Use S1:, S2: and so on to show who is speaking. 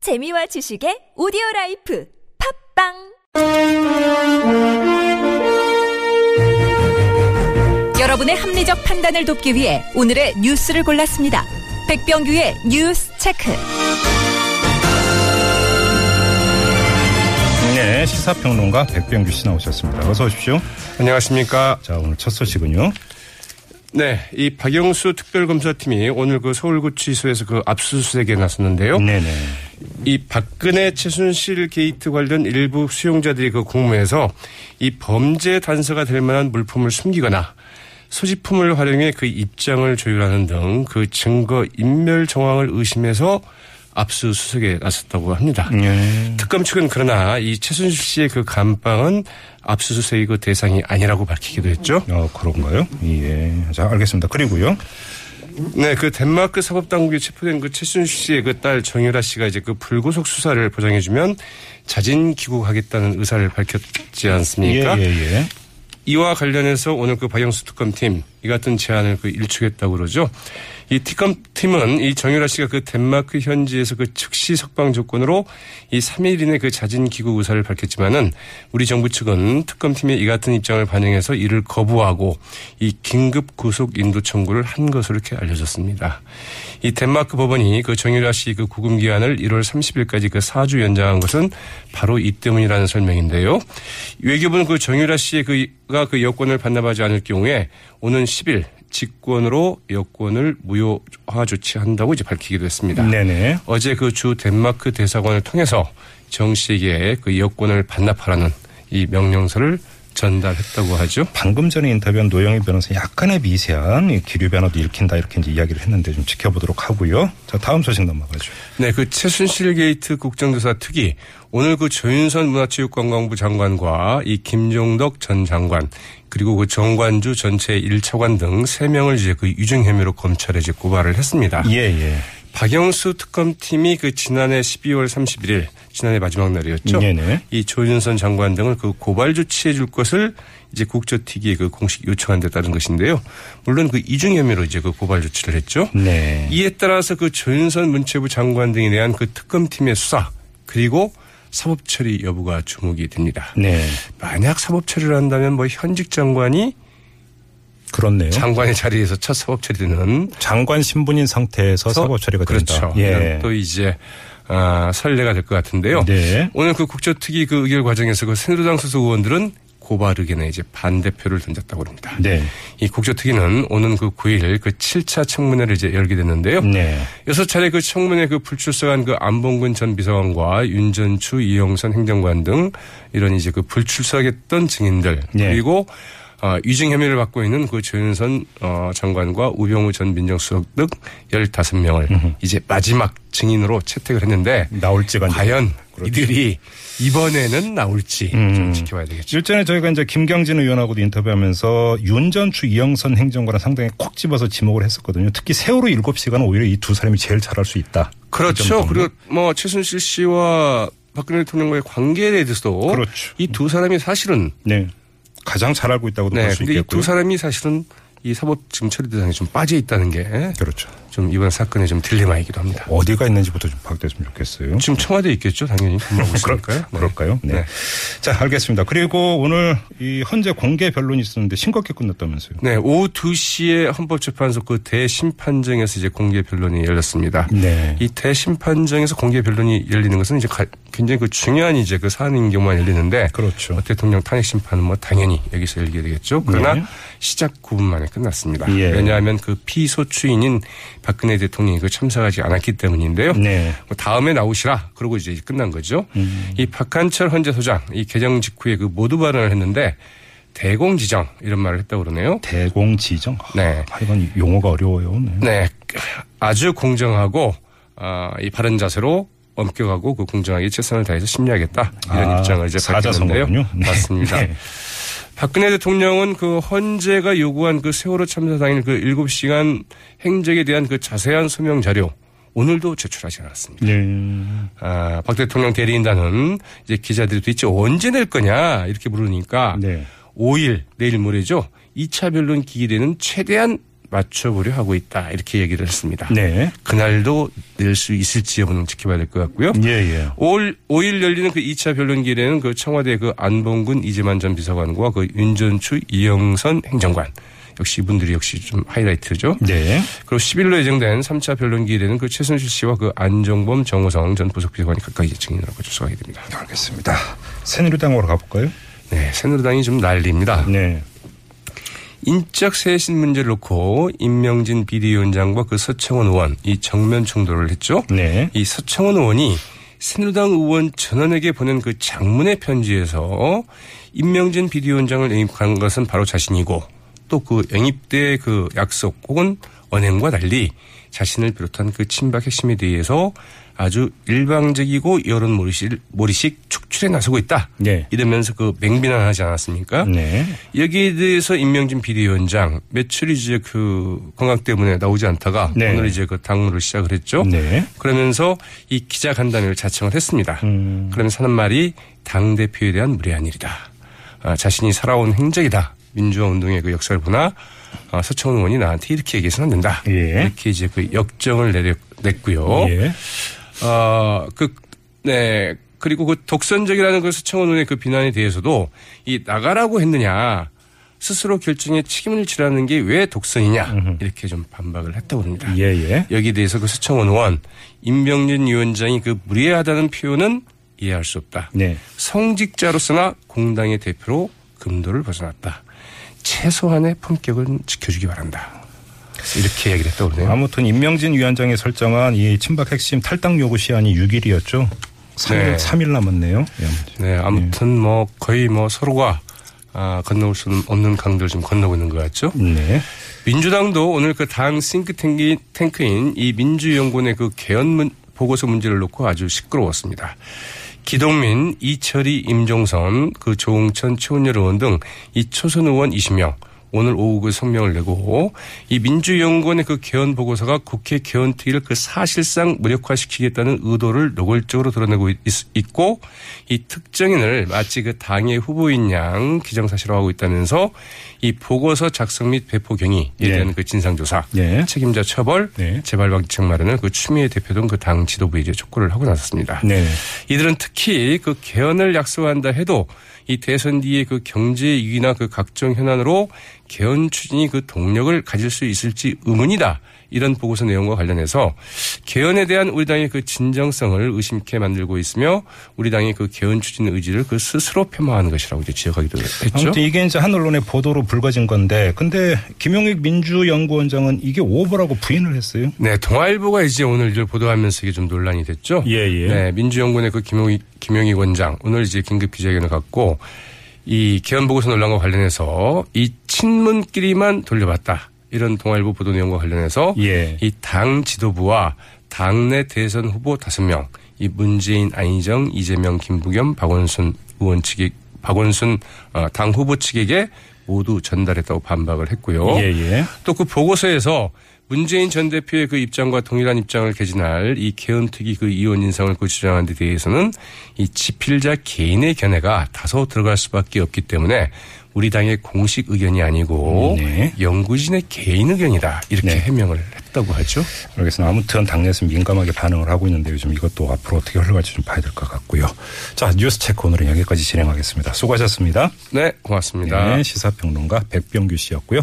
S1: 재미와 지식의 오디오 라이프 팝빵
S2: 여러분의 합리적 판단을 돕기 위해 오늘의 뉴스를 골랐습니다. 백병규의 뉴스 체크.
S3: 네, 시사평론가 백병규 씨 나오셨습니다. 어서 오십시오.
S4: 안녕하십니까.
S3: 자, 오늘 첫 소식은요.
S4: 네, 이 박영수 특별검사팀이 오늘 그 서울구치소에서 그 압수수색에 나섰는데요.
S3: 네네.
S4: 이 박근혜 최순실 게이트 관련 일부 수용자들이 그 공모해서 이 범죄 단서가 될 만한 물품을 숨기거나 소지품을 활용해 그 입장을 조율하는 등 그 증거 인멸 정황을 의심해서 압수수색에 나섰다고 합니다.
S3: 예.
S4: 특검 측은 그러나 이 최순실 씨의 그 감방은 압수수색의 그 대상이 아니라고 밝히기도 했죠.
S3: 어, 그런가요? 예. 자, 알겠습니다. 그리고요.
S4: 네, 그 덴마크 사법당국에 체포된 그 최순실 씨의 그 딸 정유라 씨가 이제 그 불구속 수사를 보장해주면 자진 귀국하겠다는 의사를 밝혔지 않습니까?
S3: 예, 예, 예.
S4: 이와 관련해서 오늘 그 박영수 특검팀 이 같은 제안을 그 일축했다고 그러죠. 이 특검팀은 이 정유라 씨가 그 덴마크 현지에서 그 즉시 석방 조건으로 이 3일 이내 그 자진 귀국 의사를 밝혔지만은 우리 정부 측은 특검팀의 이 같은 입장을 반영해서 이를 거부하고 이 긴급 구속 인도 청구를 한 것으로 이렇게 알려졌습니다. 이 덴마크 법원이 그 정유라 씨 그 구금 기한을 1월 30일까지 그 4주 연장한 것은 바로 이 때문이라는 설명인데요. 외교부는 그 정유라 씨의 그가 그 여권을 반납하지 않을 경우에 오는 10일 직권으로 여권을 무효화 조치한다고 이제 밝히기도 했습니다.
S3: 네네.
S4: 어제 그 주 덴마크 대사관을 통해서 정 씨에게 그 여권을 반납하라는 이 명령서를 전달했다고 하죠.
S3: 방금 전에 인터뷰한 노영희 변호사 약간의 미세한 이 기류 변화도 읽힌다 이렇게 이제 이야기를 했는데 좀 지켜보도록 하고요. 자, 다음 소식 넘어가죠.
S4: 네, 그 최순실 게이트 국정조사 특위 오늘 그 조윤선 문화체육관광부 장관과 이 김종덕 전 장관 그리고 그 정관주 전체 1차관 등 3명을 이제 그 유증 혐의로 검찰에 이제 고발을 했습니다.
S3: 예, 예.
S4: 박영수 특검팀이 그 지난해 12월 31일 지난해 마지막 날이었죠.
S3: 예, 네네.
S4: 이 조윤선 장관 등을 그 고발 조치해 줄 것을 이제 국조특위에 그 공식 요청한 데 따른 것인데요. 물론 그 이중 혐의로 이제 그 고발 조치를 했죠.
S3: 네.
S4: 이에 따라서 그 조윤선 문체부 장관 등에 대한 그 특검팀의 수사 그리고 사법 처리 여부가 주목이 됩니다.
S3: 네.
S4: 만약 사법 처리를 한다면 뭐 현직 장관이
S3: 그렇네요.
S4: 장관의 자리에서 첫 사법 처리되는
S3: 장관 신분인 상태에서 사법 처리가 된다.
S4: 그렇죠.
S3: 예.
S4: 또 이제 아, 선례가 될 것 같은데요.
S3: 네.
S4: 오늘 그 국조특위 그 의결 과정에서 그 새누리당 소속 의원들은 고발 의견에 이제 반대표를 던졌다고 합니다.
S3: 네.
S4: 이 국조특위는 오는 그 9일 그 7차 청문회를 이제 열게 됐는데요.
S3: 네.
S4: 여섯 차례 그 청문회 그 불출석한 그 안봉근 전 비서관과 윤전추 이영선 행정관 등 이런 이제 그 불출석했던 증인들
S3: 네.
S4: 그리고 어, 위증 혐의를 받고 있는 그 조윤선 어, 장관과 우병우 전 민정수석 등 15명을 이제 마지막 증인으로 채택을 했는데
S3: 나올지가 이제
S4: 과연
S3: 그렇죠. 음.
S4: 이들이 이번에는 나올지 좀 지켜봐야 되겠죠.
S3: 일전에 저희가 이제 김경진 의원하고도 인터뷰하면서 윤전추 이영선 행정관은 상당히 콕 집어서 지목을 했었거든요. 특히 세월호 일곱 시간은 오히려 이 두 사람이 제일 잘할 수 있다. 이
S4: 그렇죠.
S3: 정도는.
S4: 그리고 뭐 최순실 씨와 박근혜 대통령과의 관계에 대해서도
S3: 그렇죠.
S4: 이 두 사람이 사실은
S3: 네. 가장 잘 알고 있다고도 볼 수
S4: 네, 근데 이
S3: 있겠고요.
S4: 두 사람이 사실은 이 사법 지금 처리 대상에 좀 빠져 있다는 게
S3: 그렇죠.
S4: 좀 이번 사건의 좀 딜레마이기도 합니다.
S3: 어디가 있는지부터 좀 파악됐으면 좋겠어요.
S4: 지금 청와대에 있겠죠, 당연히. 근무하고 있으니까요. 네.
S3: 그럴까요? 네.
S4: 네.
S3: 자, 알겠습니다. 그리고 오늘 이 현재 공개 변론이 있었는데 싱겁게 끝났다면서요.
S4: 네, 오후 2시에 헌법재판소 그 대심판정에서 이제 공개 변론이 열렸습니다.
S3: 네.
S4: 이 대심판정에서 공개 변론이 열리는 것은 이제 가- 굉장히 그 중요한 이제 그 사안인 경우만 열리는데
S3: 그렇죠.
S4: 어, 대통령 탄핵 심판은 뭐 당연히 여기서 열리게 되겠죠. 그러나
S3: 네.
S4: 시작 9분 만에 끝났습니다.
S3: 예.
S4: 왜냐하면 그 피소추인인 박근혜 대통령이 그 참석하지 않았기 때문인데요.
S3: 네. 음.
S4: 뭐 다음에 나오시라 그러고 이제 끝난 거죠. 이 박한철 헌재 소장 이 개정 직후에 그 모두 발언을 했는데 대공지정 이런 말을 했다고 그러네요.
S3: 대공지정.
S4: 네.
S3: 아, 이건 용어가 어려워요. 네.
S4: 네, 아주 공정하고 아, 이 바른 자세로 엄격하고 그 공정하게 최선을 다해서 심리하겠다 이런
S3: 아,
S4: 입장을 이제 밝혔는데요.
S3: 사자성어군요. 네.
S4: 맞습니다.
S3: 네.
S4: 박근혜 대통령은 그 헌재가 요구한 그 세월호 참사 당일 그 7시간 행적에 대한 그 자세한 소명 자료 오늘도 제출하지 않았습니다.
S3: 네.
S4: 아, 박 대통령 대리인단은 이제 기자들이 도대체 언제 낼 거냐 이렇게 물으니까
S3: 네.
S4: 5일 내일 모레죠. 2차 변론 기일에는 최대한 맞춰보려 하고 있다 이렇게 얘기를 했습니다.
S3: 네.
S4: 그날도 낼 수 있을지 여부는 지켜봐야 될 것 같고요.
S3: 예, 예.
S4: 5일, 5일 열리는 그 2차 변론기일에는 그 청와대 그 안봉근 이재만 전 비서관과 그 윤전추 이영선 행정관 역시 이분들이 역시 좀 하이라이트죠.
S3: 네.
S4: 그리고 10일로 예정된 3차 변론기일에는 그 최순실 씨와 그 안정범 정호성 전 부속비서관이 각각 이제 증인으로 출석하게 됩니다.
S3: 알겠습니다. 새누리당으로 가볼까요?
S4: 네, 새누리당이 좀 난리입니다.
S3: 네.
S4: 인적 쇄신 문제를 놓고 임명진 비대위원장과 그 서청원 의원 이 정면 충돌을 했죠.
S3: 네.
S4: 이 서청원 의원이 새누리당 의원 전원에게 보낸 그 장문의 편지에서 임명진 비대위원장을 영입한 것은 바로 자신이고 또 그 영입 때의 그 약속 혹은 언행과 달리 자신을 비롯한 그 친박 핵심에 대해서 아주 일방적이고 여론 몰이식, 몰이식 축출에 나서고 있다.
S3: 네.
S4: 이러면서 그 맹비난하지 않았습니까?
S3: 네.
S4: 여기에 대해서 임명진 비대위원장 며칠 이제 그 건강 때문에 나오지 않다가
S3: 네.
S4: 오늘 이제 그 당무를 시작을 했죠.
S3: 네.
S4: 그러면서 이 기자 간담회를 자청을 했습니다.
S3: 음.
S4: 그러면서 하는 말이 당 대표에 대한 무례한 일이다. 아, 자신이 살아온 행적이다. 민주화 운동의 그 역사를 보나 아, 서청원 의원이 나한테 이렇게 얘기해서는 안 된다.
S3: 예.
S4: 이렇게 이제 그 역정을 내려 냈고요.
S3: 예.
S4: 아, 그, 네. 그리고 그 독선적이라는 그 서청원 의원의 그 비난에 대해서도 이 나가라고 했느냐 스스로 결정에 책임을 지라는 게 왜 독선이냐 이렇게 좀 반박을 했다고 합니다.
S3: 예, 예.
S4: 여기에 대해서 그 서청원 의원 임병준 위원장이 그 무례하다는 표현은 이해할 수 없다.
S3: 네.
S4: 성직자로서나 공당의 대표로 금도를 벗어났다. 최소한의 품격은 지켜주기 바란다. 이렇게 얘기를 했다고 그러네요.
S3: 아무튼 임명진 위원장이 설정한 이 친박 핵심 탈당 요구 시한이 6일이었죠. 3일,
S4: 네.
S3: 3일 남았네요. 예.
S4: 네, 아무튼 뭐 거의 뭐 서로가 아, 건너올 수 없는 강도를 지금 건너고 있는 것 같죠.
S3: 네.
S4: 민주당도 오늘 그 당 싱크탱크인 탱크인 이 민주연구원의 그 개헌 문- 보고서 문제를 놓고 아주 시끄러웠습니다. 기동민, 이철희, 임종선, 그 조홍천, 최원열 의원 등 이 초선 의원 20명 오늘 오후 그 성명을 내고 이 민주연구원의 그 개헌 보고서가 국회 개헌 특위를 그 사실상 무력화시키겠다는 의도를 노골적으로 드러내고 있, 있고 이 특정인을 마치 그 당의 후보인 양 기정사실화하고 있다면서 이 보고서 작성 및 배포 경위에
S3: 예.
S4: 대한 그 진상조사,
S3: 예.
S4: 책임자 처벌,
S3: 네.
S4: 재발 방지책 마련을 그 추미애 대표 등 그 당 지도부에 이제 촉구를 하고 나섰습니다.
S3: 네.
S4: 이들은 특히 그 개헌을 약속한다 해도 이 대선 뒤에 그 경제 위기나 그 각종 현안으로 개헌 추진이 그 동력을 가질 수 있을지 의문이다. 이런 보고서 내용과 관련해서 개헌에 대한 우리 당의 그 진정성을 의심케 만들고 있으며 우리 당의 그 개헌 추진 의지를 그 스스로 폄하하는 것이라고 이제 지적하기도 했죠.
S3: 아무튼 이게 이제 한 언론의 보도로 불거진 건데, 근데 김용익 민주연구원장은 이게 오보라고 부인을 했어요.
S4: 네, 동아일보가 이제 오늘 이걸 보도하면서 이게 좀 논란이 됐죠.
S3: 예, 예.
S4: 네, 민주연구원의 그 김용희, 김용희 원장 오늘 이제 긴급 기자회견을 갖고 이 개헌 보고서 논란과 관련해서 이 친문끼리만 돌려봤다 이런 동아일보 보도 내용과 관련해서
S3: 예.
S4: 이 당 지도부와 당내 대선 후보 다섯 명, 이 문재인, 안희정, 이재명, 김부겸, 박원순 의원 측에 박원순 어, 당 후보 측에게 모두 전달했다고 반박을 했고요.
S3: 예, 예.
S4: 또 그 보고서에서 문재인 전 대표의 그 입장과 동일한 입장을 개진할 이 개헌특위 그 이원 인상을 그 주장한 데 대해서는 이 지필자 개인의 견해가 다소 들어갈 수밖에 없기 때문에 우리 당의 공식 의견이 아니고
S3: 네.
S4: 연구진의 개인 의견이다 이렇게
S3: 네.
S4: 해명을 했다고 하죠.
S3: 알겠습니다. 아무튼 당내에서 민감하게 반응을 하고 있는데 요즘 이것도 앞으로 어떻게 흘러갈지 좀 봐야 될 것 같고요. 자, 뉴스 체크 오늘은 여기까지 진행하겠습니다. 수고하셨습니다.
S4: 네, 고맙습니다.
S3: 네, 시사평론가 백병규 씨였고요.